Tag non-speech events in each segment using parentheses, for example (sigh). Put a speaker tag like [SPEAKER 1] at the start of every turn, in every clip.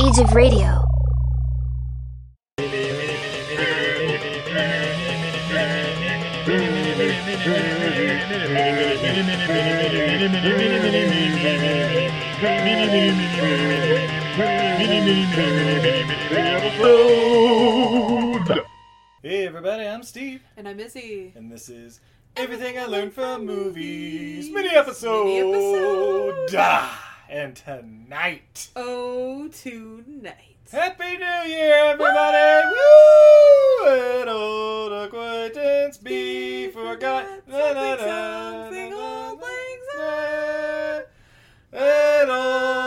[SPEAKER 1] Age of Radio.
[SPEAKER 2] Hey everybody, I'm Steve,
[SPEAKER 3] And I'm Izzy.
[SPEAKER 2] and this is Everything I Learned from Movies mini episode.
[SPEAKER 3] Mini-episode.
[SPEAKER 2] Ah, And tonight,
[SPEAKER 3] Oh, tonight.
[SPEAKER 2] Happy New Year, everybody! Woo! An old acquaintance be forgot.
[SPEAKER 3] forgot.
[SPEAKER 2] Na, na,
[SPEAKER 3] Something,
[SPEAKER 2] na,
[SPEAKER 3] something,
[SPEAKER 2] na, na,
[SPEAKER 3] old
[SPEAKER 2] na,
[SPEAKER 3] lang
[SPEAKER 2] na. An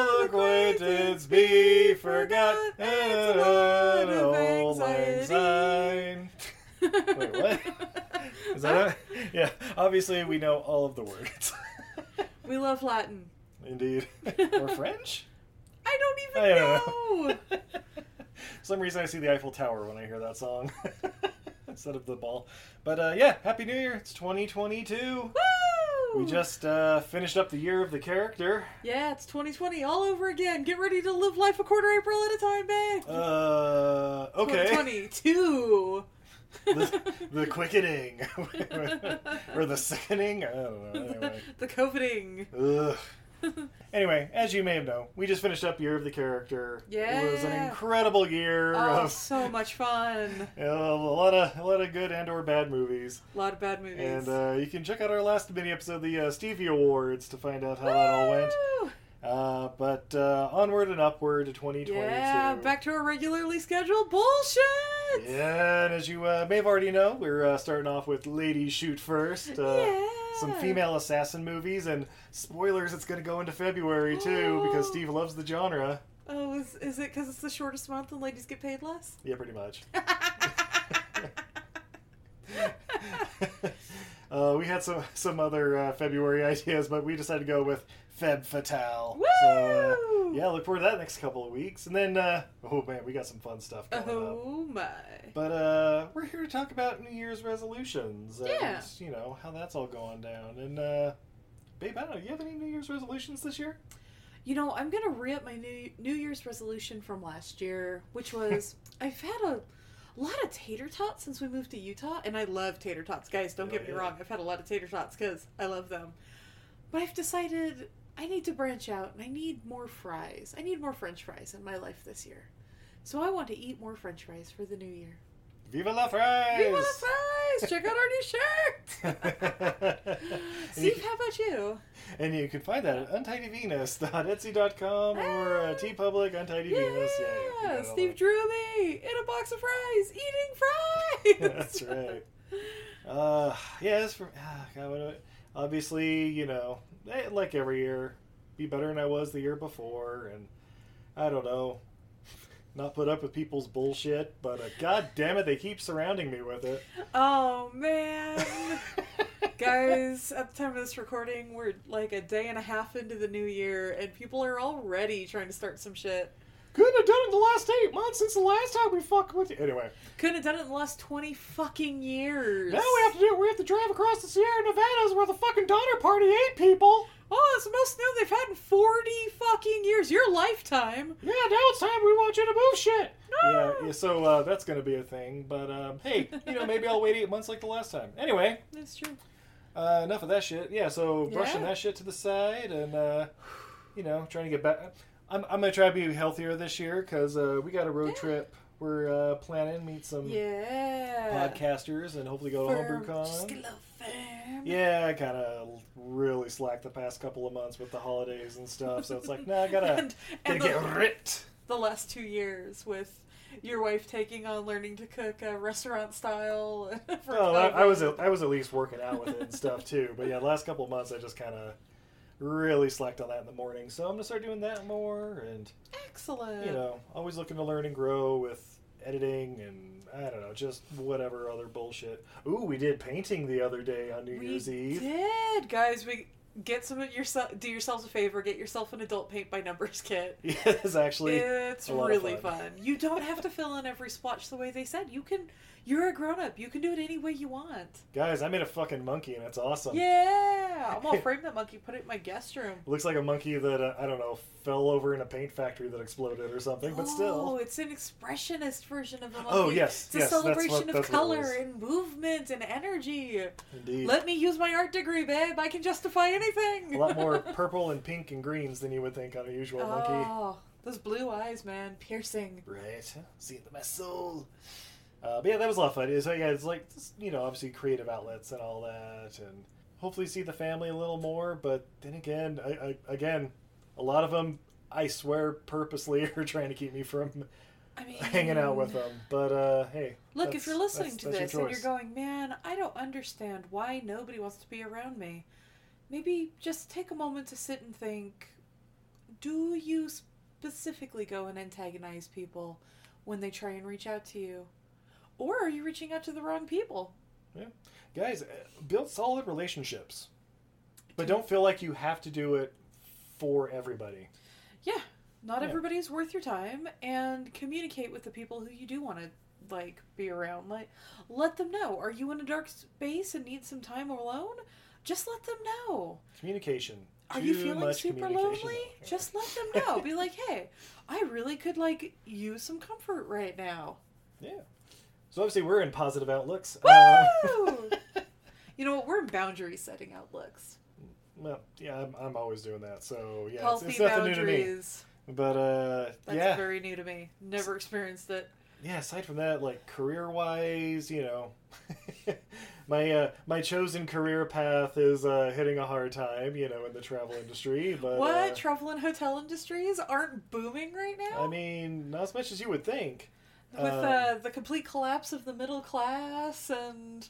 [SPEAKER 2] old acquaintance be forgot.
[SPEAKER 3] forgot.
[SPEAKER 2] An
[SPEAKER 3] It's a
[SPEAKER 2] old
[SPEAKER 3] lot of
[SPEAKER 2] old lang
[SPEAKER 3] anxiety.
[SPEAKER 2] syne. Wait, (laughs) what? Is that it? (laughs) Yeah, obviously we know all of the words. (laughs)
[SPEAKER 3] We love Latin.
[SPEAKER 2] Indeed. or French?
[SPEAKER 3] I don't
[SPEAKER 2] I
[SPEAKER 3] even
[SPEAKER 2] don't
[SPEAKER 3] know.
[SPEAKER 2] For some reason I see the Eiffel Tower when I hear that song (laughs) instead of the ball. But uh, yeah, Happy New Year. It's 2022.
[SPEAKER 3] Woo!
[SPEAKER 2] (laughs) We just uh, finished up the year of the
[SPEAKER 3] (laughs)
[SPEAKER 2] character.
[SPEAKER 3] Yeah, it's 2020 all over again. Get ready to live life a quarter April at a time, babe.
[SPEAKER 2] Uh, okay.
[SPEAKER 3] 2022.
[SPEAKER 2] the, the quickening. (laughs) or the sickening. I don't know. Anyway.
[SPEAKER 3] The coveting.
[SPEAKER 2] Ugh.
[SPEAKER 3] (laughs)
[SPEAKER 2] anyway, as you may have known, we just finished up Year of the Character. It was an
[SPEAKER 3] Yeah.
[SPEAKER 2] incredible year
[SPEAKER 3] Oh,
[SPEAKER 2] of
[SPEAKER 3] so much fun.
[SPEAKER 2] you know, a lot of a lot of good and or bad movies.
[SPEAKER 3] A lot of bad movies.
[SPEAKER 2] And uh, you can check out our last mini episode, the uh, Stevie Awards, to find out how that all went.
[SPEAKER 3] Woo!
[SPEAKER 2] Uh, but uh, onward and upward to 2022.
[SPEAKER 3] Yeah, back to our regularly scheduled bullshit.
[SPEAKER 2] Yeah, and as you uh, may have already know, we're uh, starting off with Ladies Shoot First. Uh,
[SPEAKER 3] Yeah.
[SPEAKER 2] Some female assassin movies, and spoilers, it's going to go into February too, because
[SPEAKER 3] Oh.
[SPEAKER 2] Steve loves the genre.
[SPEAKER 3] Oh, is, is it because it's the shortest month and ladies get paid less?
[SPEAKER 2] Yeah, pretty much. (laughs) uh, we had some some other uh, February (laughs) ideas, but we decided to go with Feb Fatale. uh,
[SPEAKER 3] Woo!
[SPEAKER 2] yeah, look forward to that next couple of weeks, and then uh, oh man, we got some fun stuff coming up.
[SPEAKER 3] Oh my.
[SPEAKER 2] But uh, we're here to talk about New Year's resolutions and
[SPEAKER 3] Yeah.
[SPEAKER 2] you know how that's all going down. And uh, babe, I don't know, you have any New Year's resolutions this year?
[SPEAKER 3] You know, I'm gonna re up my new New Year's resolution from last year,
[SPEAKER 2] (laughs)
[SPEAKER 3] which was I've had a lot of tater tots since we moved to Utah, and I love tater tots, guys. Don't
[SPEAKER 2] Yeah,
[SPEAKER 3] get me
[SPEAKER 2] Oh, yeah.
[SPEAKER 3] wrong. I've had a lot of tater tots because I love them, but I've decided I need to branch out and I need more fries. I need more French fries in my life this year, so I want to eat more French fries for the new year.
[SPEAKER 2] Viva la fries!
[SPEAKER 3] We want fries. Check out our new
[SPEAKER 2] (laughs)
[SPEAKER 3] shirt.
[SPEAKER 2] And you
[SPEAKER 3] Steve, how about you?
[SPEAKER 2] And you can find that at untidyvenus.etsy.com or uh, tpublic untidy venus. Yeah, you
[SPEAKER 3] Ah, Yeah,
[SPEAKER 2] got all
[SPEAKER 3] Steve
[SPEAKER 2] that.
[SPEAKER 3] drew me in a box of fries, eating fries.
[SPEAKER 2] (laughs) That's right. Uh, yeah, as for ah, God, what do I- obviously, you know, eh, like every year, be better than I was the year before, and I don't know, not put up with people's bullshit, but uh, god damn it, they keep surrounding me with
[SPEAKER 3] (laughs)
[SPEAKER 2] it.
[SPEAKER 3] Oh
[SPEAKER 2] (laughs)
[SPEAKER 3] man, guys! At the time of this recording, we're like a day and a half into the new year, and people are already trying to start some shit.
[SPEAKER 2] Couldn't have done it in the last eight months since the last time we fucked with you. Anyway,
[SPEAKER 3] Couldn't have done it in the last twenty fucking years.
[SPEAKER 2] now we have to do it. We have to drive across the Sierra Nevadas where the fucking Donner Party ate people.
[SPEAKER 3] Oh, it's the most snow they've had in forty fucking years. Your lifetime.
[SPEAKER 2] Yeah, now it's time we want you to move shit.
[SPEAKER 3] No.
[SPEAKER 2] Yeah, yeah so uh, that's going to be a thing. But um, hey, you know, maybe I'll wait eight months like the last time. Anyway,
[SPEAKER 3] That's true.
[SPEAKER 2] uh, enough of that shit. Yeah, so brushing
[SPEAKER 3] Yeah.
[SPEAKER 2] that shit to the side and, uh, you know, trying to get back. I'm, I'm going to try to be healthier this year because uh, we got a road
[SPEAKER 3] Yeah.
[SPEAKER 2] trip. We're uh, planning, meet some
[SPEAKER 3] Yeah.
[SPEAKER 2] podcasters, and hopefully go to
[SPEAKER 3] Firm. Just get a
[SPEAKER 2] HomebrewCon.
[SPEAKER 3] little firm.
[SPEAKER 2] Yeah, I kind of really slacked the past couple of months with the holidays and stuff. So it's like, nah, I gotta,
[SPEAKER 3] (laughs) (laughs) And-
[SPEAKER 2] gotta
[SPEAKER 3] and the-
[SPEAKER 2] get ripped.
[SPEAKER 3] the last two years with your wife taking on learning to cook uh, restaurant style. (laughs) for
[SPEAKER 2] Oh, I, I
[SPEAKER 3] COVID.
[SPEAKER 2] was at, I was at least working out with it and stuff too. But yeah, the last couple of months I just kind of really slacked on that in the morning, so I'm gonna start doing that more. And
[SPEAKER 3] Excellent.
[SPEAKER 2] you know, always looking to learn and grow with editing and I don't know, just whatever other bullshit. Ooh, we did painting the other day on New
[SPEAKER 3] we
[SPEAKER 2] Year's Eve. (laughs)
[SPEAKER 3] did, guys. We get some of yourself. Do yourselves a favor. Get yourself an adult paint by numbers (laughs) kit.
[SPEAKER 2] Yeah, it's actually
[SPEAKER 3] It's
[SPEAKER 2] a lot of
[SPEAKER 3] really fun. You don't have to fill in every splotch the way they said. You can. You're a grown up. You can do it any way you want.
[SPEAKER 2] guys. I made a fucking monkey, and it's awesome.
[SPEAKER 3] Yeah, I'm gonna frame that monkey. Put it in my guest room.
[SPEAKER 2] Looks like a monkey that uh, I don't know fell over in a paint factory that exploded or something, but
[SPEAKER 3] Oh,
[SPEAKER 2] still,
[SPEAKER 3] it's an expressionist version of the monkey.
[SPEAKER 2] Oh, yes,
[SPEAKER 3] It's a
[SPEAKER 2] yes, that's what-
[SPEAKER 3] celebration of
[SPEAKER 2] that's what it
[SPEAKER 3] color
[SPEAKER 2] was.
[SPEAKER 3] and movement and energy.
[SPEAKER 2] indeed,
[SPEAKER 3] Let me use my art degree, babe. I can justify
[SPEAKER 2] a
[SPEAKER 3] anything.
[SPEAKER 2] lot more purple and pink and greens than you would think on a usual monkey.
[SPEAKER 3] (laughs) Oh, those blue eyes, man. Piercing.
[SPEAKER 2] Right. See into my soul. Uh, but yeah, that was a lot of fun. So yeah, it's like just, you know, obviously creative outlets and all that, and hopefully see the family a little more. But then again, I, I, again, a lot of them, I swear, purposely (laughs) are trying to keep me from
[SPEAKER 3] I mean,
[SPEAKER 2] hanging out with them. But uh, hey,
[SPEAKER 3] Mm. Look,
[SPEAKER 2] that's-
[SPEAKER 3] if you're listening
[SPEAKER 2] that's-
[SPEAKER 3] to
[SPEAKER 2] that's
[SPEAKER 3] this and you're
[SPEAKER 2] choice.
[SPEAKER 3] going, man, I don't understand why nobody wants to be around me, maybe just take a moment to sit and think do you specifically go and antagonize people when they try and reach out to you? Or are you reaching out to the wrong people?
[SPEAKER 2] guys, uh, build solid relationships, but don't feel like you have to do it for everybody.
[SPEAKER 3] Yeah, not
[SPEAKER 2] Yeah.
[SPEAKER 3] everybody's worth your time, and communicate with the people who you do want to like be around. Like, let them know. Are you in a dark space and need some time alone? Just let them know.
[SPEAKER 2] Communication.
[SPEAKER 3] Are you
[SPEAKER 2] Too
[SPEAKER 3] feeling
[SPEAKER 2] much
[SPEAKER 3] super
[SPEAKER 2] communication.
[SPEAKER 3] lonely? Just let them know. Be like, hey, I really could like use some comfort
[SPEAKER 2] (laughs)
[SPEAKER 3] right now.
[SPEAKER 2] Yeah. So obviously we're in positive outlooks. Uh, (laughs)
[SPEAKER 3] Woo! you know what? We're in boundary setting outlooks.
[SPEAKER 2] well, yeah, I'm, I'm always doing that. So yeah, it's,
[SPEAKER 3] Healthy
[SPEAKER 2] it's nothing new to me.
[SPEAKER 3] boundaries.
[SPEAKER 2] But uh,
[SPEAKER 3] That's
[SPEAKER 2] yeah,
[SPEAKER 3] very new to me. Never experienced it.
[SPEAKER 2] yeah. Aside from that, like career wise, you know, (laughs) my uh, my chosen career path is uh, hitting a hard time, you know, in the travel industry. But
[SPEAKER 3] what?
[SPEAKER 2] uh,
[SPEAKER 3] Travel and hotel industries aren't booming right now?
[SPEAKER 2] I mean, not as much as you would think.
[SPEAKER 3] With
[SPEAKER 2] um,
[SPEAKER 3] uh, the complete collapse of the middle class and.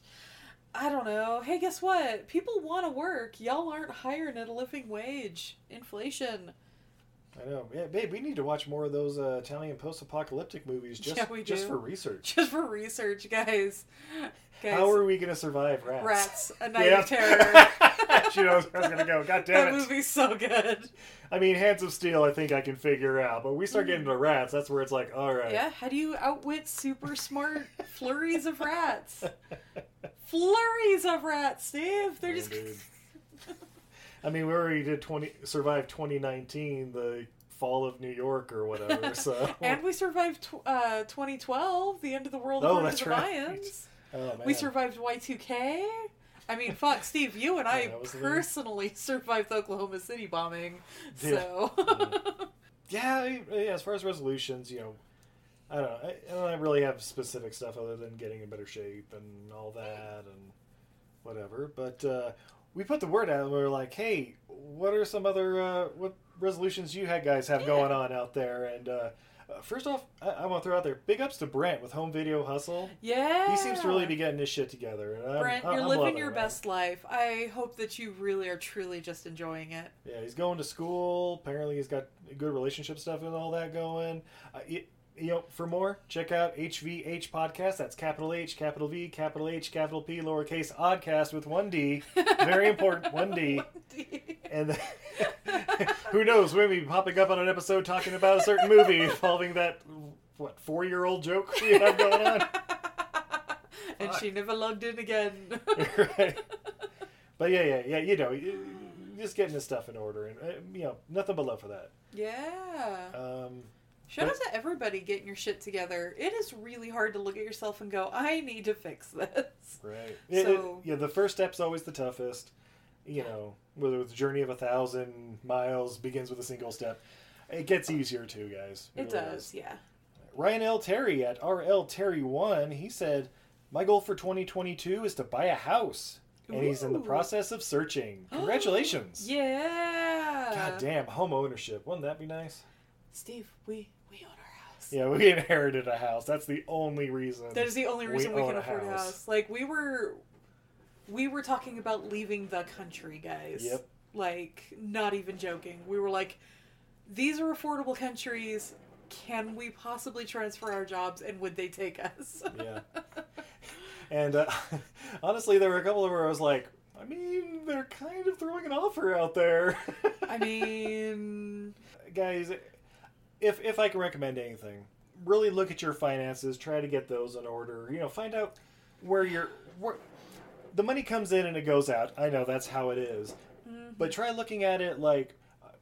[SPEAKER 3] I don't know. Hey, guess what? People want to work. Y'all aren't hiring at a living wage. Inflation.
[SPEAKER 2] I know, yeah, babe. We need to watch more of those uh, Italian post-apocalyptic movies just
[SPEAKER 3] Yeah, we
[SPEAKER 2] just
[SPEAKER 3] do.
[SPEAKER 2] for research.
[SPEAKER 3] just for research, guys. Guys,
[SPEAKER 2] How are we going to survive rats?
[SPEAKER 3] Rats, A Night of
[SPEAKER 2] Yeah. (laughs)
[SPEAKER 3] Terror.
[SPEAKER 2] she knows where I was going to
[SPEAKER 3] (laughs)
[SPEAKER 2] go. God damn
[SPEAKER 3] that
[SPEAKER 2] it.
[SPEAKER 3] movie's so good.
[SPEAKER 2] I mean, Hands of Steel, I think I can figure out. But we start getting to rats, that's where it's like, all right.
[SPEAKER 3] Mm. Yeah, how do you outwit
[SPEAKER 2] (laughs)
[SPEAKER 3] super smart flurries of rats? Flurries of rats, Steve. They're just
[SPEAKER 2] Indeed. I mean, we already did 20, survive 2019, the fall of New York or whatever. (laughs) So,
[SPEAKER 3] and we survived tw- uh, 2012, the end of the world
[SPEAKER 2] Oh,
[SPEAKER 3] according
[SPEAKER 2] that's
[SPEAKER 3] to the
[SPEAKER 2] right.
[SPEAKER 3] Mayans.
[SPEAKER 2] oh, man.
[SPEAKER 3] We survived Y2K. I mean, fuck, Steve, you
[SPEAKER 2] (laughs)
[SPEAKER 3] and I
[SPEAKER 2] that was the thing.
[SPEAKER 3] personally (laughs) survived the Oklahoma City bombing.
[SPEAKER 2] Yeah.
[SPEAKER 3] So, (laughs)
[SPEAKER 2] Mm. yeah, I mean, yeah, as far as resolutions, you know, I don't know. I, I don't really have specific stuff other than getting in better shape and all that and whatever. But uh, we put the word out and we were like, hey, what are some other uh, what resolutions you had guys have going on out there? And uh, uh, first off, I, I want to throw out there big ups to Brent with Home Video Hustle.
[SPEAKER 3] yeah.
[SPEAKER 2] He seems to really be getting his shit together. And I'm,
[SPEAKER 3] Brent,
[SPEAKER 2] I'm
[SPEAKER 3] you're
[SPEAKER 2] loving
[SPEAKER 3] living your
[SPEAKER 2] it, man.
[SPEAKER 3] best life. I hope that you really are truly just enjoying it.
[SPEAKER 2] Yeah, he's going to school. Apparently, he's got good relationship stuff and all that going. Uh, you, you know, for more, check out HVH podcast. That's capital H, capital V, capital H, capital P, lowercase oddcast with one D. Very important, one D. And then- (laughs) who knows, we may be popping up on an episode talking about a certain movie involving that what four year old joke we have going on.
[SPEAKER 3] (laughs)
[SPEAKER 2] (laughs)
[SPEAKER 3] and she never logged in again. (laughs)
[SPEAKER 2] right. But yeah, yeah, yeah. You know, you- just getting his stuff in order, and uh, you know, nothing but love for that.
[SPEAKER 3] yeah.
[SPEAKER 2] Um,
[SPEAKER 3] Shout out to everybody getting your shit together. It is really hard to look at yourself and go, I need to fix this.
[SPEAKER 2] Right. It- it-
[SPEAKER 3] So-
[SPEAKER 2] yeah, the first step's always the toughest. You know, whether it's a journey of a thousand miles begins with a single step. It gets easier too, guys.
[SPEAKER 3] It
[SPEAKER 2] really
[SPEAKER 3] does, yeah.
[SPEAKER 2] Ryan L. Terry at RL Terry1, he said, My goal for 2022 is to buy a house. And he's in the
[SPEAKER 3] Ooh.
[SPEAKER 2] process of
[SPEAKER 3] (gasps)
[SPEAKER 2] searching. Congratulations.
[SPEAKER 3] Yeah.
[SPEAKER 2] God damn, home ownership. Wouldn't that be nice?
[SPEAKER 3] Steve, we, we own our house.
[SPEAKER 2] Yeah, we (laughs) inherited a house. That's the only reason.
[SPEAKER 3] That is the only reason we,
[SPEAKER 2] own
[SPEAKER 3] can afford a house. Like we were, we were talking about leaving the country, guys.
[SPEAKER 2] Yep.
[SPEAKER 3] Like, not even joking. We were like, these are affordable countries. Can we possibly transfer our jobs and would they take us?
[SPEAKER 2] Yeah. And uh, (laughs) honestly, there were a couple of where I was like, I mean, they're kind of throwing an offer out there. (laughs)
[SPEAKER 3] I mean,
[SPEAKER 2] Guys, if, if I can recommend anything, really look at your finances, try to get those in order. You know, find out where your where, the money comes in and it goes out. I know that's how it is. But try looking at it like,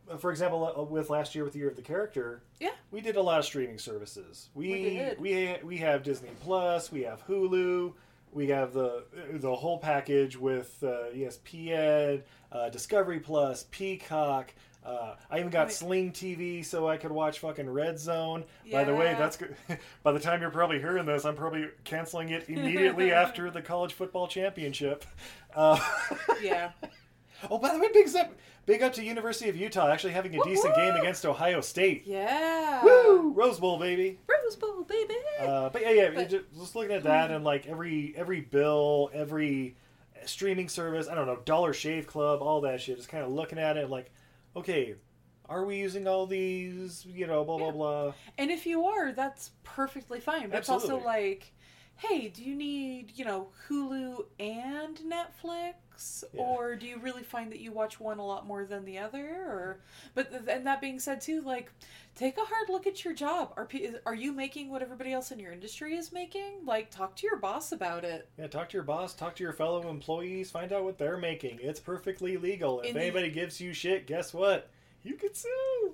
[SPEAKER 2] uh, for example, uh, with last year with the year of the character,
[SPEAKER 3] yeah.
[SPEAKER 2] we did a lot of streaming services. We
[SPEAKER 3] We
[SPEAKER 2] we
[SPEAKER 3] did.
[SPEAKER 2] we, have Disney Plus, we have Hulu, we have the the whole package with uh, ESPN, uh, Discovery Plus, Peacock. Uh, I even got
[SPEAKER 3] Wait.
[SPEAKER 2] Sling TV so I could watch fucking Red Zone. By the way,
[SPEAKER 3] Yeah.
[SPEAKER 2] that's good. (laughs) By the time you're probably hearing this, I'm probably canceling it
[SPEAKER 3] (laughs)
[SPEAKER 2] immediately after the college football championship. Uh,
[SPEAKER 3] (laughs) Yeah.
[SPEAKER 2] oh, by the way, big up, big up to University of Utah actually having a decent game against Ohio State.
[SPEAKER 3] Yeah.
[SPEAKER 2] Woo! Rose Bowl, baby.
[SPEAKER 3] Rose Bowl, baby.
[SPEAKER 2] Uh, but yeah, yeah,
[SPEAKER 3] But-
[SPEAKER 2] just, just looking at that and like every every bill, every streaming service, I don't know, Dollar Shave Club, all that shit. Just kind of looking at it, like, okay, are we using all these? You know, blah blah
[SPEAKER 3] Yeah.
[SPEAKER 2] blah.
[SPEAKER 3] And if you are, that's perfectly fine. But it's also
[SPEAKER 2] Absolutely.
[SPEAKER 3] like, hey, do you need, you know, Hulu and Netflix?
[SPEAKER 2] Yeah.
[SPEAKER 3] Or do you really find that you watch one a lot more than the other? Or, but th- and that being said, too, like, take a hard look at your job. Are pe- are you making what everybody else in your industry is making? Like, talk to your boss about it.
[SPEAKER 2] Yeah, talk to your boss, talk to your fellow employees, find out what they're making. It's perfectly legal. If
[SPEAKER 3] And you-
[SPEAKER 2] anybody gives you shit, guess what? You could sue.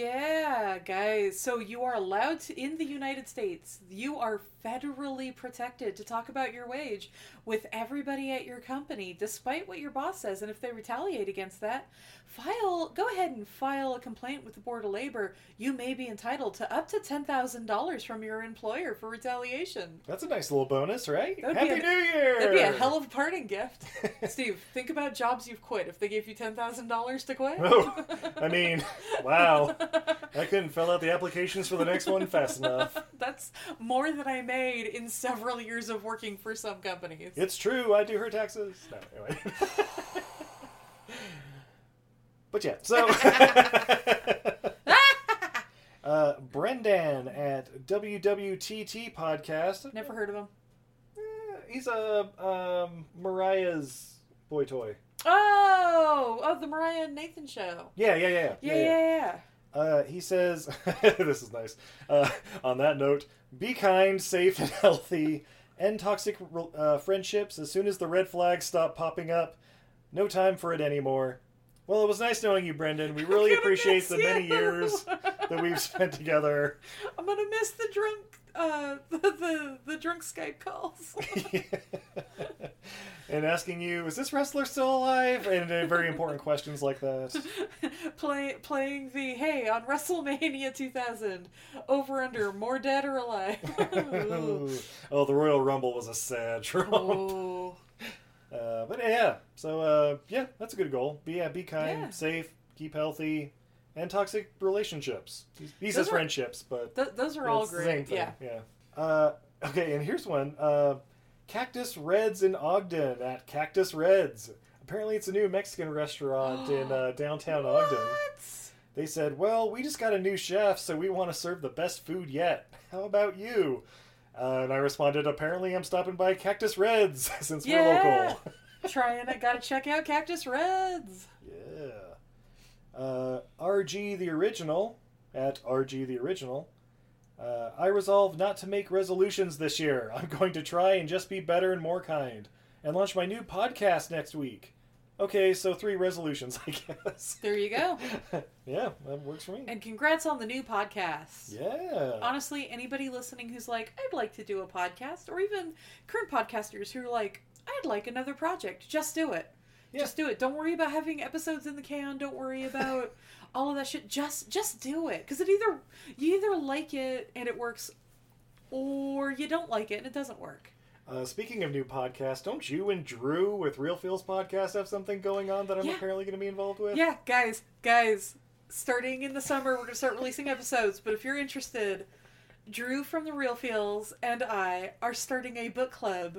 [SPEAKER 3] Yeah, guys. So you are allowed to, in the United States, you are federally protected to talk about your wage with everybody at your company, despite what your boss says. And if they retaliate against that, file, go ahead and file a complaint with the Board of Labor. You may be entitled to up to $10,000 from your employer for retaliation.
[SPEAKER 2] That's a nice little bonus, right?
[SPEAKER 3] That would be
[SPEAKER 2] Happy
[SPEAKER 3] a-
[SPEAKER 2] New Year.
[SPEAKER 3] That'd be a hell of a parting gift. Steve, think about jobs you've quit if they gave you $10,000 to quit.
[SPEAKER 2] (laughs) (laughs) Oh,
[SPEAKER 3] (laughs)
[SPEAKER 2] I mean, wow. I couldn't fill out the applications for the next one fast enough.
[SPEAKER 3] That's more than I made in several years of working for some companies.
[SPEAKER 2] It's true, I do her taxes. No, anyway. (laughs) but yeah, so. (laughs) uh, Brendan at WWTT Podcast.
[SPEAKER 3] Never heard of him.
[SPEAKER 2] Eh, He's a um, Mariah's boy toy.
[SPEAKER 3] Oh, oh, the Mariah and Nathan show.
[SPEAKER 2] Yeah, yeah, yeah,
[SPEAKER 3] Yeah, yeah, yeah.
[SPEAKER 2] Uh, he says, (laughs) "This is nice." Uh, on that note, be kind, safe, and (laughs) healthy. End toxic uh, friendships as soon as the red flags stop popping up. No time for it anymore. Well, it was nice knowing you, Brendan.
[SPEAKER 3] (laughs)
[SPEAKER 2] We really
[SPEAKER 3] gonna
[SPEAKER 2] appreciate
[SPEAKER 3] miss
[SPEAKER 2] the many
[SPEAKER 3] you.
[SPEAKER 2] years that
[SPEAKER 3] (laughs)
[SPEAKER 2] we've spent together.
[SPEAKER 3] I'm gonna miss the drunk, uh, (laughs) the the, the drunk Skype calls. (laughs)
[SPEAKER 2] and asking you, is this wrestler still alive? And uh, very important questions like that.
[SPEAKER 3] Play, playing the hey on WrestleMania 2000 over under more dead or alive. (laughs)
[SPEAKER 2] (laughs)
[SPEAKER 3] Ooh.
[SPEAKER 2] oh, the Royal Rumble was a sad trip.
[SPEAKER 3] Oh.
[SPEAKER 2] Uh, but yeah, so uh, yeah, that's a good goal. Be yeah, be kind,
[SPEAKER 3] Yeah.
[SPEAKER 2] safe, keep healthy, and toxic relationships. He- He says
[SPEAKER 3] are-
[SPEAKER 2] friendships, but
[SPEAKER 3] Th- those are all
[SPEAKER 2] it's the same
[SPEAKER 3] great.
[SPEAKER 2] thing.
[SPEAKER 3] Yeah.
[SPEAKER 2] yeah. Uh, okay, and here's one: uh, Cactus Reds in Ogden at Cactus Reds. Apparently, it's a new Mexican restaurant in
[SPEAKER 3] (gasps)
[SPEAKER 2] uh, downtown Ogden.
[SPEAKER 3] What?
[SPEAKER 2] They said, "Well, we just got a new chef, so we want to serve the best food yet. How about you?" Uh, and I responded, "Apparently, I'm stopping by Cactus Reds (laughs) since we're
[SPEAKER 3] Yeah.
[SPEAKER 2] local."
[SPEAKER 3] (laughs) Trying it. Gotta check out Cactus Reds.
[SPEAKER 2] Yeah. Uh, RG the original at RG the original. Uh, I resolve not to make resolutions this year. (laughs) I'm going to try and just be better and more kind, and launch my new podcast next week. Okay, so three resolutions, (laughs) I guess.
[SPEAKER 3] There
[SPEAKER 2] (laughs)
[SPEAKER 3] you go.
[SPEAKER 2] yeah, that works for me.
[SPEAKER 3] And congrats on the new podcast.
[SPEAKER 2] yeah.
[SPEAKER 3] Honestly, anybody listening who's like, I'd like to do a podcast, or even current podcasters who are like, I'd like another project, just do it.
[SPEAKER 2] Yeah.
[SPEAKER 3] Just do it. Don't worry about having episodes in the can.
[SPEAKER 2] (laughs)
[SPEAKER 3] Don't worry about all of that shit. Just just do it because it either you either like it and it works, or you don't like it and it doesn't work.
[SPEAKER 2] Uh, speaking of new podcasts, don't you and Drew with Real Feels Podcast have something going on that I'm
[SPEAKER 3] Yeah.
[SPEAKER 2] apparently going to be involved with?
[SPEAKER 3] Yeah, guys, guys, starting in the summer, we're going to start releasing episodes. But if you're interested, Drew from The Real Feels and I are starting a book club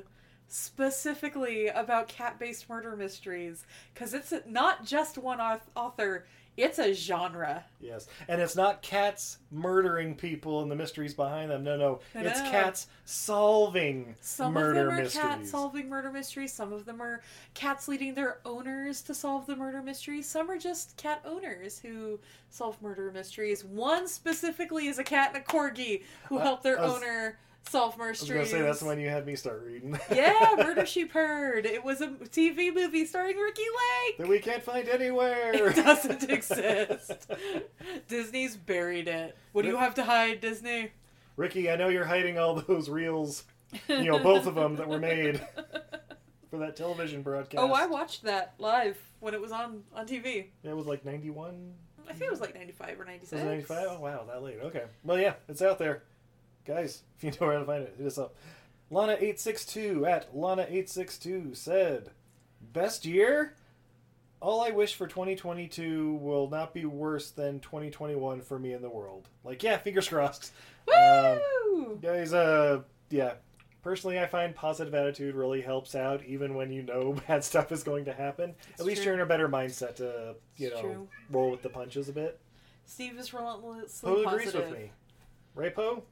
[SPEAKER 3] specifically about cat based murder mysteries because it's not just one auth- author, it's a genre.
[SPEAKER 2] Yes, and it's not cats murdering people and the mysteries behind them. No, no,
[SPEAKER 3] No,
[SPEAKER 2] it's
[SPEAKER 3] no.
[SPEAKER 2] cats solving
[SPEAKER 3] Some
[SPEAKER 2] murder
[SPEAKER 3] of them are
[SPEAKER 2] mysteries.
[SPEAKER 3] cats solving murder mysteries, some of them are cats leading their owners to solve the murder mystery, some are just cat owners who solve murder mysteries. One specifically is a cat and a corgi who
[SPEAKER 2] I-
[SPEAKER 3] help their
[SPEAKER 2] I was-
[SPEAKER 3] owner solve
[SPEAKER 2] I was
[SPEAKER 3] mysteries.
[SPEAKER 2] gonna say that's when you had me start reading. (laughs)
[SPEAKER 3] yeah, Murder She Purred. It was a TV movie starring Ricky Lake.
[SPEAKER 2] that we can't find anywhere.
[SPEAKER 3] (laughs) It doesn't exist. Disney's buried it. What do you have to hide, Disney?
[SPEAKER 2] (laughs) Ricky, I know you're hiding all those reels, you know, both of them that were
[SPEAKER 3] (laughs)
[SPEAKER 2] made for that television broadcast.
[SPEAKER 3] Oh, I watched that live when it was on on TV.
[SPEAKER 2] It was like 91?
[SPEAKER 3] I think it was like 95 or 96.
[SPEAKER 2] Was it 95? Oh, wow, that late. Okay. Well, yeah, it's out there. Guys, (laughs) if you know where to find it, hit us up. Lana862 at Lana862 said, Best year? All I wish for 2022 will not be worse than 2021 for me and the world. Like, yeah, fingers crossed. Um,
[SPEAKER 3] Woo!
[SPEAKER 2] Guys, uh, yeah. Personally, I find positive attitude really helps out, even when you know (laughs) bad stuff is going to happen. At least
[SPEAKER 3] true.
[SPEAKER 2] you're in a better mindset to, you
[SPEAKER 3] It's
[SPEAKER 2] know,
[SPEAKER 3] true.
[SPEAKER 2] roll with the punches a bit.
[SPEAKER 3] Steve is relentlessly
[SPEAKER 2] Poe agrees
[SPEAKER 3] positive.
[SPEAKER 2] with me. Right, Poe?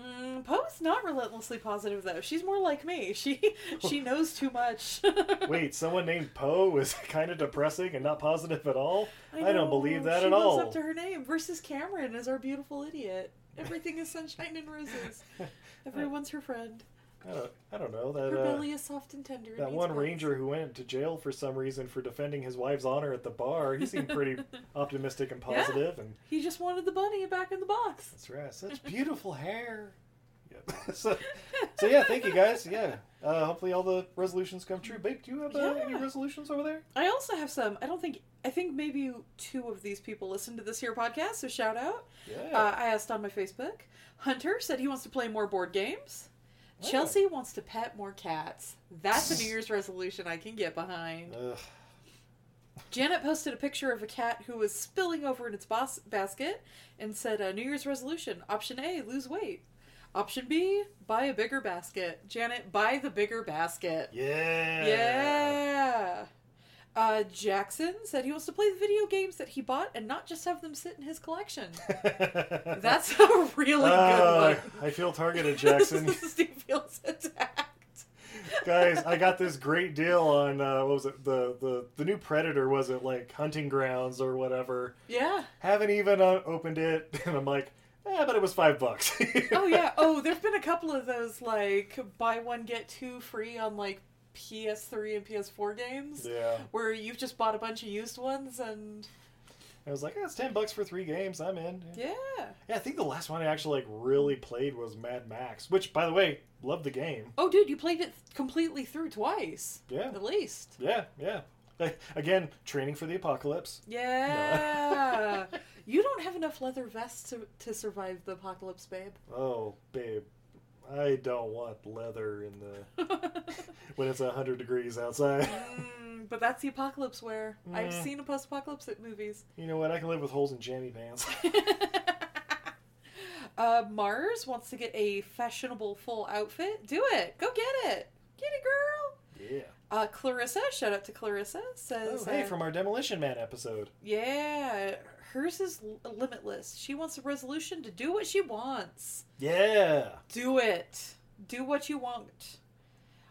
[SPEAKER 3] Mm, Poe's not relentlessly positive though. She's more like me. (laughs) She
[SPEAKER 2] (laughs)
[SPEAKER 3] she knows too much. (laughs)
[SPEAKER 2] Wait, someone named Poe is (laughs) kind of depressing and not positive at all? I,
[SPEAKER 3] know,
[SPEAKER 2] don't believe that
[SPEAKER 3] she
[SPEAKER 2] at
[SPEAKER 3] lives
[SPEAKER 2] all.
[SPEAKER 3] up to her name. Versus Cameron is our beautiful idiot. Everything is sunshine and roses.
[SPEAKER 2] (laughs)
[SPEAKER 3] Everyone's her friend.
[SPEAKER 2] I, don't, I don't know.
[SPEAKER 3] Her belly
[SPEAKER 2] That, uh,
[SPEAKER 3] is soft and tender. and
[SPEAKER 2] that
[SPEAKER 3] needs
[SPEAKER 2] one
[SPEAKER 3] hugs.
[SPEAKER 2] ranger who went to jail for some reason for defending his wife's honor at the bar, he seemed
[SPEAKER 3] (laughs)
[SPEAKER 2] pretty (laughs) optimistic and
[SPEAKER 3] Yeah.
[SPEAKER 2] positive And
[SPEAKER 3] He just wanted the bunny back in the box.
[SPEAKER 2] That's right. Such beautiful hair. Yep. (laughs)
[SPEAKER 3] (laughs)
[SPEAKER 2] so, so yeah, thank you guys. Yeah. Uh, hopefully all the resolutions come true. Babe, do you have uh, any
[SPEAKER 3] Yeah.
[SPEAKER 2] resolutions over there?
[SPEAKER 3] I also have some. I don't think. I think maybe two of these people listen to this here podcast. So shout out.
[SPEAKER 2] Yeah.
[SPEAKER 3] Uh, I asked on my Facebook. Hunter said he wants to play more board games.
[SPEAKER 2] Yeah.
[SPEAKER 3] Chelsea wants to pet more cats. That's a New Year's resolution I can get behind.
[SPEAKER 2] Ugh.
[SPEAKER 3] Janet posted a picture of a cat who was spilling over in its bas- basket and said, uh, New Year's resolution. Option A, lose weight. Option B, buy a bigger basket. Janet, buy the bigger basket.
[SPEAKER 2] yeah.
[SPEAKER 3] Yeah. Uh, Jackson said he wants to play the video games that he bought and not just have them sit in
[SPEAKER 2] (laughs)
[SPEAKER 3] his collection. That's a really
[SPEAKER 2] Uh,
[SPEAKER 3] good one.
[SPEAKER 2] (laughs) I feel targeted, Jackson. (laughs)
[SPEAKER 3] (laughs) Steve feels attacked.
[SPEAKER 2] guys, I got this great deal on uh, what was it? The, the the new Predator was it like Hunting Grounds or whatever.
[SPEAKER 3] Yeah.
[SPEAKER 2] Haven't even uh, opened it, (laughs) and I'm like, eh, but it was five bucks. (laughs)
[SPEAKER 3] Oh yeah. Oh, there've been a couple of those like buy one get two free on like PS3 and PS4 games
[SPEAKER 2] yeah.
[SPEAKER 3] where you've just bought a bunch of used ones and
[SPEAKER 2] I was like, oh, it's ten bucks for three games. I'm in.
[SPEAKER 3] yeah.
[SPEAKER 2] Yeah, I think the last one I actually like really played was Mad Max, which, by the way, loved the game.
[SPEAKER 3] Oh, dude, you played it completely through twice.
[SPEAKER 2] Yeah.
[SPEAKER 3] At least.
[SPEAKER 2] Yeah, yeah. Like, Again, training for the apocalypse.
[SPEAKER 3] Yeah. you don't have enough leather vests to, to survive the apocalypse, babe.
[SPEAKER 2] Oh, babe, I don't want leather in the
[SPEAKER 3] (laughs)
[SPEAKER 2] when it's hundred degrees outside.
[SPEAKER 3] Mm, but that's the apocalypse wear. I've seen a post-apocalypse at movies.
[SPEAKER 2] You know what? I can live with holes in jammy
[SPEAKER 3] (laughs)
[SPEAKER 2] pants.
[SPEAKER 3] Uh, Mars wants to get a fashionable full outfit. Do it. Go get it. Get it, girl.
[SPEAKER 2] yeah.
[SPEAKER 3] (laughs) Uh, Clarissa, shout out to Clarissa, says,
[SPEAKER 2] Oh, hey,
[SPEAKER 3] uh,
[SPEAKER 2] from our Demolition Man episode.
[SPEAKER 3] yeah, hers is l- limitless. She wants a resolution to do what she wants.
[SPEAKER 2] Yeah.
[SPEAKER 3] Do it. Do what you want.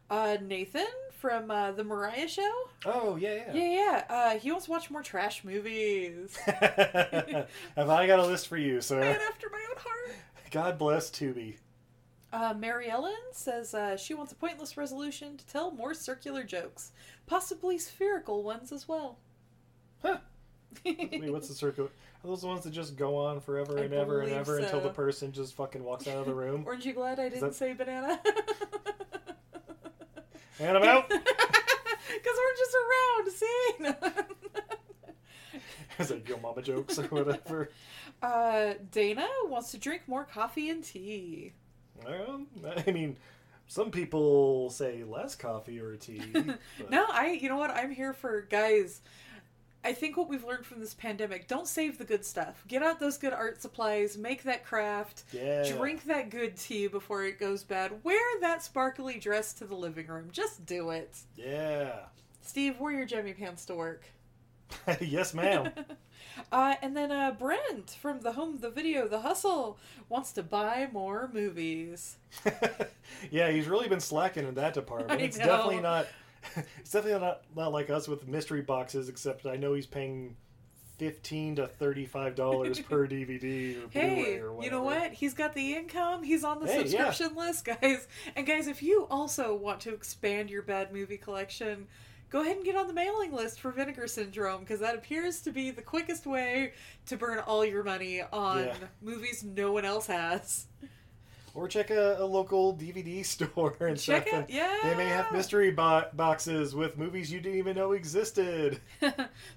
[SPEAKER 3] Uh, Nathan from uh, the Mariah Show.
[SPEAKER 2] Oh, yeah,
[SPEAKER 3] Yeah,
[SPEAKER 2] yeah.
[SPEAKER 3] yeah. Uh, he wants to watch more trash movies.
[SPEAKER 2] (laughs) Have I got a list for you,
[SPEAKER 3] Man
[SPEAKER 2] sir?
[SPEAKER 3] after my own heart.
[SPEAKER 2] God bless Tubi.
[SPEAKER 3] Uh, Mary Ellen says uh, she wants a pointless resolution to tell more circular jokes, possibly spherical ones as well.
[SPEAKER 2] Huh. Wait, what's the
[SPEAKER 3] (laughs)
[SPEAKER 2] circle? Are those the ones that just go on forever
[SPEAKER 3] I
[SPEAKER 2] and ever and
[SPEAKER 3] believe
[SPEAKER 2] ever until
[SPEAKER 3] so.
[SPEAKER 2] the person just fucking walks out of the
[SPEAKER 3] (laughs)
[SPEAKER 2] room?
[SPEAKER 3] Aren't you glad I didn't
[SPEAKER 2] that-
[SPEAKER 3] say banana? (laughs)
[SPEAKER 2] and I'm out.
[SPEAKER 3] Because we're just around, see?
[SPEAKER 2] It's like your mama jokes or
[SPEAKER 3] (laughs)
[SPEAKER 2] whatever.
[SPEAKER 3] (laughs) Uh, Dana wants to drink more coffee and tea.
[SPEAKER 2] Well, (laughs) I mean, some people
[SPEAKER 3] (laughs)
[SPEAKER 2] say less coffee or tea. but-
[SPEAKER 3] No, I. You know what? I'm here for guys. I think what we've learned from this pandemic, don't save the good stuff. Get out those good art supplies, make that craft,
[SPEAKER 2] Yeah.
[SPEAKER 3] drink that good tea before it goes bad, wear that sparkly dress to the living room. Just do it.
[SPEAKER 2] Yeah. (laughs)
[SPEAKER 3] Steve, wear your jammy pants to work.
[SPEAKER 2] yes, ma'am.
[SPEAKER 3] (laughs)
[SPEAKER 2] (laughs)
[SPEAKER 3] Uh, and then uh, Brent from the home, the video, the hustle wants to buy more movies.
[SPEAKER 2] yeah, he's really been slacking in that department.
[SPEAKER 3] I
[SPEAKER 2] it's
[SPEAKER 3] know.
[SPEAKER 2] definitely not. (laughs) It's definitely not not like us with mystery boxes. Except I know he's paying fifteen to thirty five dollars
[SPEAKER 3] (laughs)
[SPEAKER 2] per DVD or Blu-ray
[SPEAKER 3] Hey,
[SPEAKER 2] or whatever.
[SPEAKER 3] you know what? He's got the income. He's on the
[SPEAKER 2] Hey, yeah.
[SPEAKER 3] subscription list, (laughs) guys. And guys, if you also want to expand your bad movie collection, go ahead and get on the mailing list for Vinegar Syndrome because that appears to be the quickest way to burn all your money on
[SPEAKER 2] Yeah.
[SPEAKER 3] movies no one else has.
[SPEAKER 2] Or check a, a local DVD (laughs) store and
[SPEAKER 3] Check
[SPEAKER 2] stuff.
[SPEAKER 3] out- yeah.
[SPEAKER 2] They may have mystery bo- boxes with movies you didn't even know
[SPEAKER 3] (laughs)
[SPEAKER 2] existed.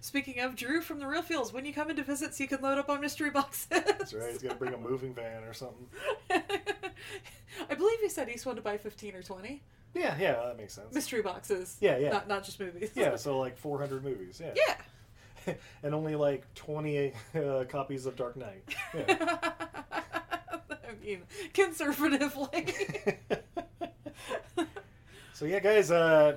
[SPEAKER 3] Speaking of Drew from the Real Fields, when you come into visit, so you can load up on mystery boxes. (laughs)
[SPEAKER 2] That's right. He's gonna bring a moving van or something.
[SPEAKER 3] I believe he said he just wanted to buy fifteen or twenty
[SPEAKER 2] Yeah, yeah, that makes sense.
[SPEAKER 3] mystery boxes.
[SPEAKER 2] Yeah, yeah.
[SPEAKER 3] Not not just movies.
[SPEAKER 2] Yeah, so like 400 movies. Yeah.
[SPEAKER 3] (laughs) yeah.
[SPEAKER 2] And only like 20 uh, copies of Dark Knight.
[SPEAKER 3] (laughs)
[SPEAKER 2] (laughs) Yeah.
[SPEAKER 3] I mean, conservatively.
[SPEAKER 2] so yeah, guys.
[SPEAKER 3] (sighs)
[SPEAKER 2] Uh,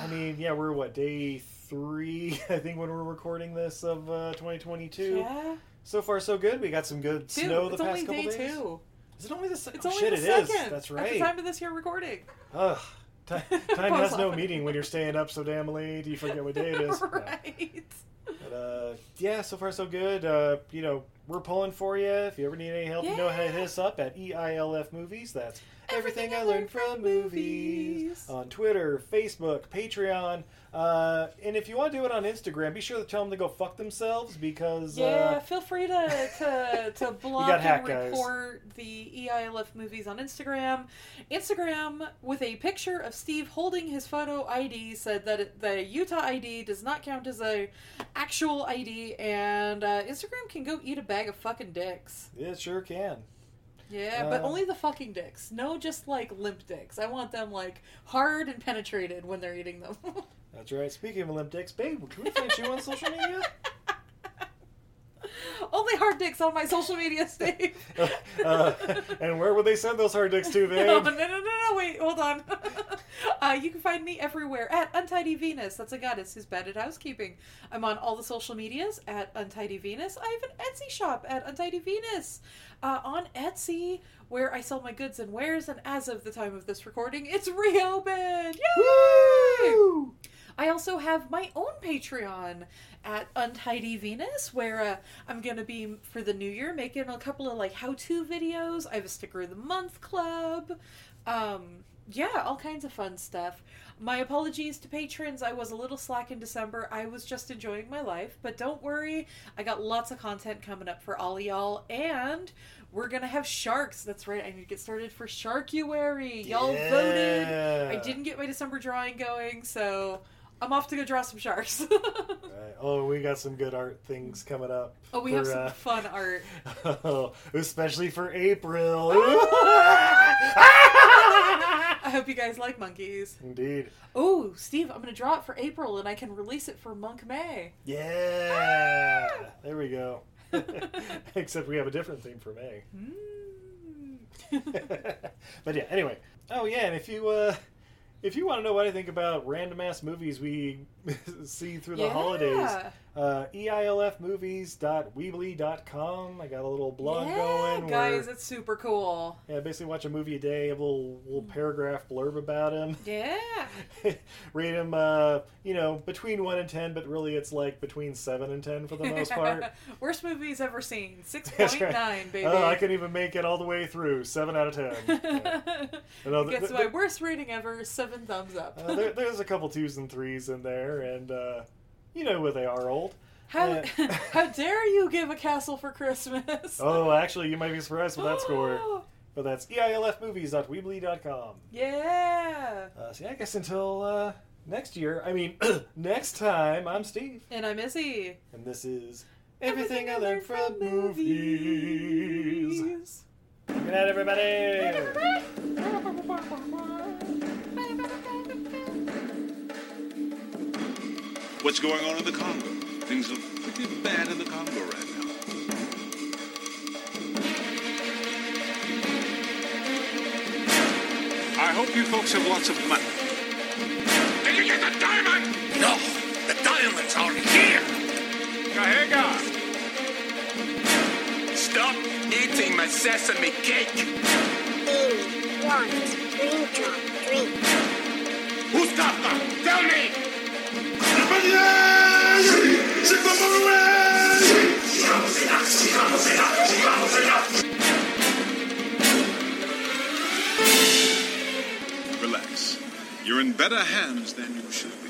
[SPEAKER 2] I mean, yeah, we're what day three? (laughs) I think when we're recording this of uh, 2022.
[SPEAKER 3] yeah.
[SPEAKER 2] So far, so good. We got some good
[SPEAKER 3] Two.
[SPEAKER 2] snow the
[SPEAKER 3] it's
[SPEAKER 2] past
[SPEAKER 3] only
[SPEAKER 2] couple
[SPEAKER 3] day
[SPEAKER 2] days.
[SPEAKER 3] two.
[SPEAKER 2] Is it only the second?
[SPEAKER 3] It's only
[SPEAKER 2] shit,
[SPEAKER 3] the
[SPEAKER 2] it is.
[SPEAKER 3] second.
[SPEAKER 2] That's
[SPEAKER 3] At
[SPEAKER 2] right.
[SPEAKER 3] the time of this here recording.
[SPEAKER 2] Ugh. Ti- Time
[SPEAKER 3] (laughs) Pause
[SPEAKER 2] has no
[SPEAKER 3] off.
[SPEAKER 2] meaning when you're staying up so damn late. You forget what day it
[SPEAKER 3] (laughs)
[SPEAKER 2] is. No.
[SPEAKER 3] right.
[SPEAKER 2] But, uh, yeah, so far so good. Uh, you know, we're pulling for you. If you ever need any help, you know how to hit us up at E EILF Movies. That's everything, I learned from movies. On Twitter, Facebook, Patreon. Uh, and if you want to do it on Instagram, be sure to tell them to go fuck themselves because.
[SPEAKER 3] Yeah,
[SPEAKER 2] Uh,
[SPEAKER 3] feel free to to,
[SPEAKER 2] (laughs)
[SPEAKER 3] to blog and
[SPEAKER 2] hacked, guys.
[SPEAKER 3] report the E EILF movies on Instagram. Instagram with a picture of Steve holding his photo ID said that it, the Utah ID does not count as a actual ID, and uh, Instagram can go eat a bag of fucking dicks.
[SPEAKER 2] it sure can.
[SPEAKER 3] Yeah, but
[SPEAKER 2] Uh,
[SPEAKER 3] only the fucking dicks. No, just like limp dicks. I want them like hard and penetrated when they're eating them. (laughs)
[SPEAKER 2] That's right. Speaking of Olympics, babe, can we find you on social media? (laughs)
[SPEAKER 3] only hard dicks on my
[SPEAKER 2] (laughs)
[SPEAKER 3] social media, Steve. (laughs)
[SPEAKER 2] Uh, and where would they send those hard dicks to,
[SPEAKER 3] Oh, No,
[SPEAKER 2] babe?
[SPEAKER 3] no, no, no, no, wait, hold on. (laughs) uh, you can find me everywhere at Untidy Venus. That's a goddess who's bad at housekeeping. I'm on all the social medias at Untidy Venus. I have an Etsy shop at Untidy Venus. Uh, on Etsy, where I sell my goods and wares, and as of the time of this recording, it's reopened! Yay!
[SPEAKER 2] Woo!
[SPEAKER 3] I also have my own Patreon at Untidy Venus, where uh, I'm gonna be for the new year making a couple of like how-to videos. I have a sticker of the month club. Um, yeah, all kinds of fun stuff. My apologies to patrons. I was a little slack in December. I was just enjoying my life, but don't worry, I got lots of content coming up for all of y'all, and we're gonna have sharks. That's right. I need to get started for Sharkuary. Y'all voted. I
[SPEAKER 2] Yeah.
[SPEAKER 3] didn't get my December drawing going, so I'm off to go draw some sharks. (laughs)
[SPEAKER 2] Right. Oh, we got some good art things coming up.
[SPEAKER 3] oh, we
[SPEAKER 2] for,
[SPEAKER 3] have some
[SPEAKER 2] uh,
[SPEAKER 3] fun art.
[SPEAKER 2] Oh, (laughs) especially for April.
[SPEAKER 3] Ah! I hope you guys like
[SPEAKER 2] (laughs)
[SPEAKER 3] monkeys.
[SPEAKER 2] Indeed.
[SPEAKER 3] Oh, Steve, I'm gonna draw it for April and I can release it for Monk May.
[SPEAKER 2] Yeah.
[SPEAKER 3] Ah!
[SPEAKER 2] There we
[SPEAKER 3] (laughs)
[SPEAKER 2] go. (laughs) Except we have a different theme for May.
[SPEAKER 3] Hmm.
[SPEAKER 2] (laughs) but yeah, anyway. Oh yeah, and if you uh if you want to know what I think about random ass movies we (laughs) see through the
[SPEAKER 3] Yeah.
[SPEAKER 2] holidays, uh eilfmovies.weebly.com. I got a little blog
[SPEAKER 3] yeah,
[SPEAKER 2] going
[SPEAKER 3] guys,
[SPEAKER 2] where
[SPEAKER 3] it's super cool.
[SPEAKER 2] yeah, basically watch a movie a day, have a little, little
[SPEAKER 3] Hmm.
[SPEAKER 2] paragraph blurb about him.
[SPEAKER 3] Yeah,
[SPEAKER 2] (laughs) rate them, uh, you know, between one and ten, but really it's like between seven and ten for the
[SPEAKER 3] (laughs)
[SPEAKER 2] most part.
[SPEAKER 3] worst movies ever seen.
[SPEAKER 2] (laughs)
[SPEAKER 3] Six
[SPEAKER 2] That's
[SPEAKER 3] point
[SPEAKER 2] right.
[SPEAKER 3] nine, baby.
[SPEAKER 2] Oh, I couldn't even make it all the way through. Seven out of
[SPEAKER 3] (laughs)
[SPEAKER 2] ten. Yeah. And, uh,
[SPEAKER 3] Guess
[SPEAKER 2] th-
[SPEAKER 3] my
[SPEAKER 2] th-
[SPEAKER 3] worst rating ever. Seven thumbs up.
[SPEAKER 2] uh, there, there's a couple twos and threes in there, and uh, you know where they are old.
[SPEAKER 3] how
[SPEAKER 2] uh,
[SPEAKER 3] (laughs) how dare you give a castle for Christmas?
[SPEAKER 2] Oh, actually, you might be surprised with that
[SPEAKER 3] (gasps)
[SPEAKER 2] score. But that's E eilfmovies.weebly.com.
[SPEAKER 3] Yeah.
[SPEAKER 2] Uh, so yeah, I guess until uh, next year. I mean, (clears throat) next time. I'm Steve,
[SPEAKER 3] And I'm Izzy.
[SPEAKER 2] and this is everything, I learned from movies.
[SPEAKER 3] movies.
[SPEAKER 2] Good night, everybody.
[SPEAKER 4] What's going on in the Congo? Things look pretty bad in the Congo right now. I hope you folks have lots of money. Did you get the diamond? No, the diamond's already here. Kahega! Stop eating my sesame cake!
[SPEAKER 5] Amy wants green drop drink.
[SPEAKER 4] Who stopped them? Tell me! Relax. You're in better hands than you should be.